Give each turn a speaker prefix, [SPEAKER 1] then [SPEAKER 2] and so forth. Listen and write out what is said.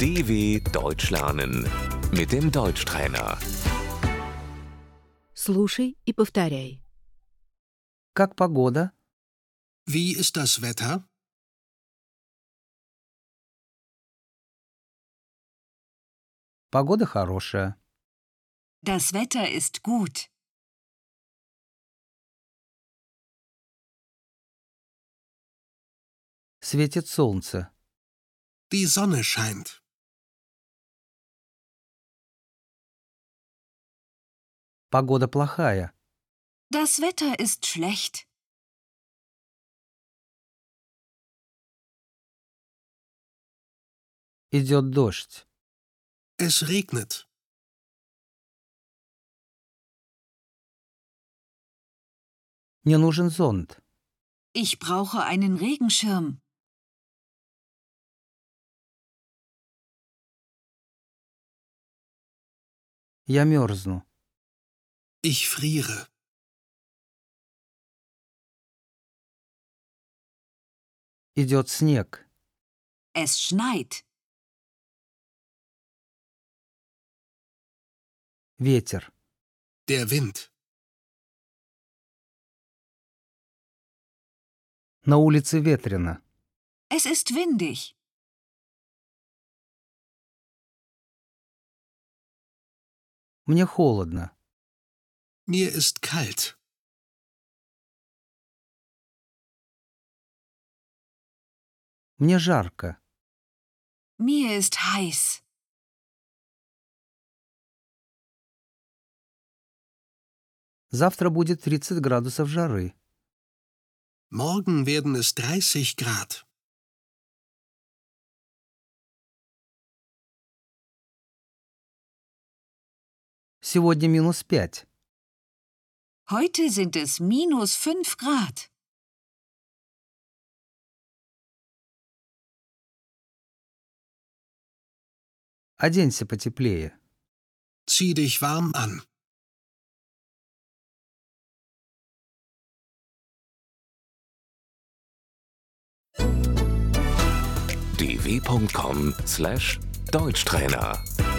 [SPEAKER 1] DW Deutsch lernen mit dem Deutschtrainer.
[SPEAKER 2] Слушай и повторяй.
[SPEAKER 3] Как погода?
[SPEAKER 4] Wie ist das Wetter?
[SPEAKER 3] Погода хорошая.
[SPEAKER 5] Das Wetter ist gut.
[SPEAKER 3] Светит солнце.
[SPEAKER 4] Die Sonne scheint.
[SPEAKER 3] Погода плохая.
[SPEAKER 5] Das Wetter ist schlecht.
[SPEAKER 3] Идет дождь.
[SPEAKER 4] Es regnet.
[SPEAKER 3] Мне нужен зонт.
[SPEAKER 5] Ich brauche einen Regenschirm.
[SPEAKER 3] Я мерзну.
[SPEAKER 4] Ich friere.
[SPEAKER 3] Идет снег.
[SPEAKER 5] Es schneit.
[SPEAKER 3] Ветер.
[SPEAKER 4] Der Wind.
[SPEAKER 3] На улице ветрено.
[SPEAKER 5] Es ist windig.
[SPEAKER 3] Мне холодно.
[SPEAKER 4] Mir ist kalt.
[SPEAKER 3] Мне жарко.
[SPEAKER 5] Mir ist heiß.
[SPEAKER 3] Завтра будет 30 градусов жары.
[SPEAKER 4] Morgen werden es 30 Grad.
[SPEAKER 3] Сегодня минус 5.
[SPEAKER 5] Heute sind es minus 5 Grad.
[SPEAKER 3] Оденься потеплее.
[SPEAKER 4] Zieh dich warm an.
[SPEAKER 1] dw.com/deutschtrainer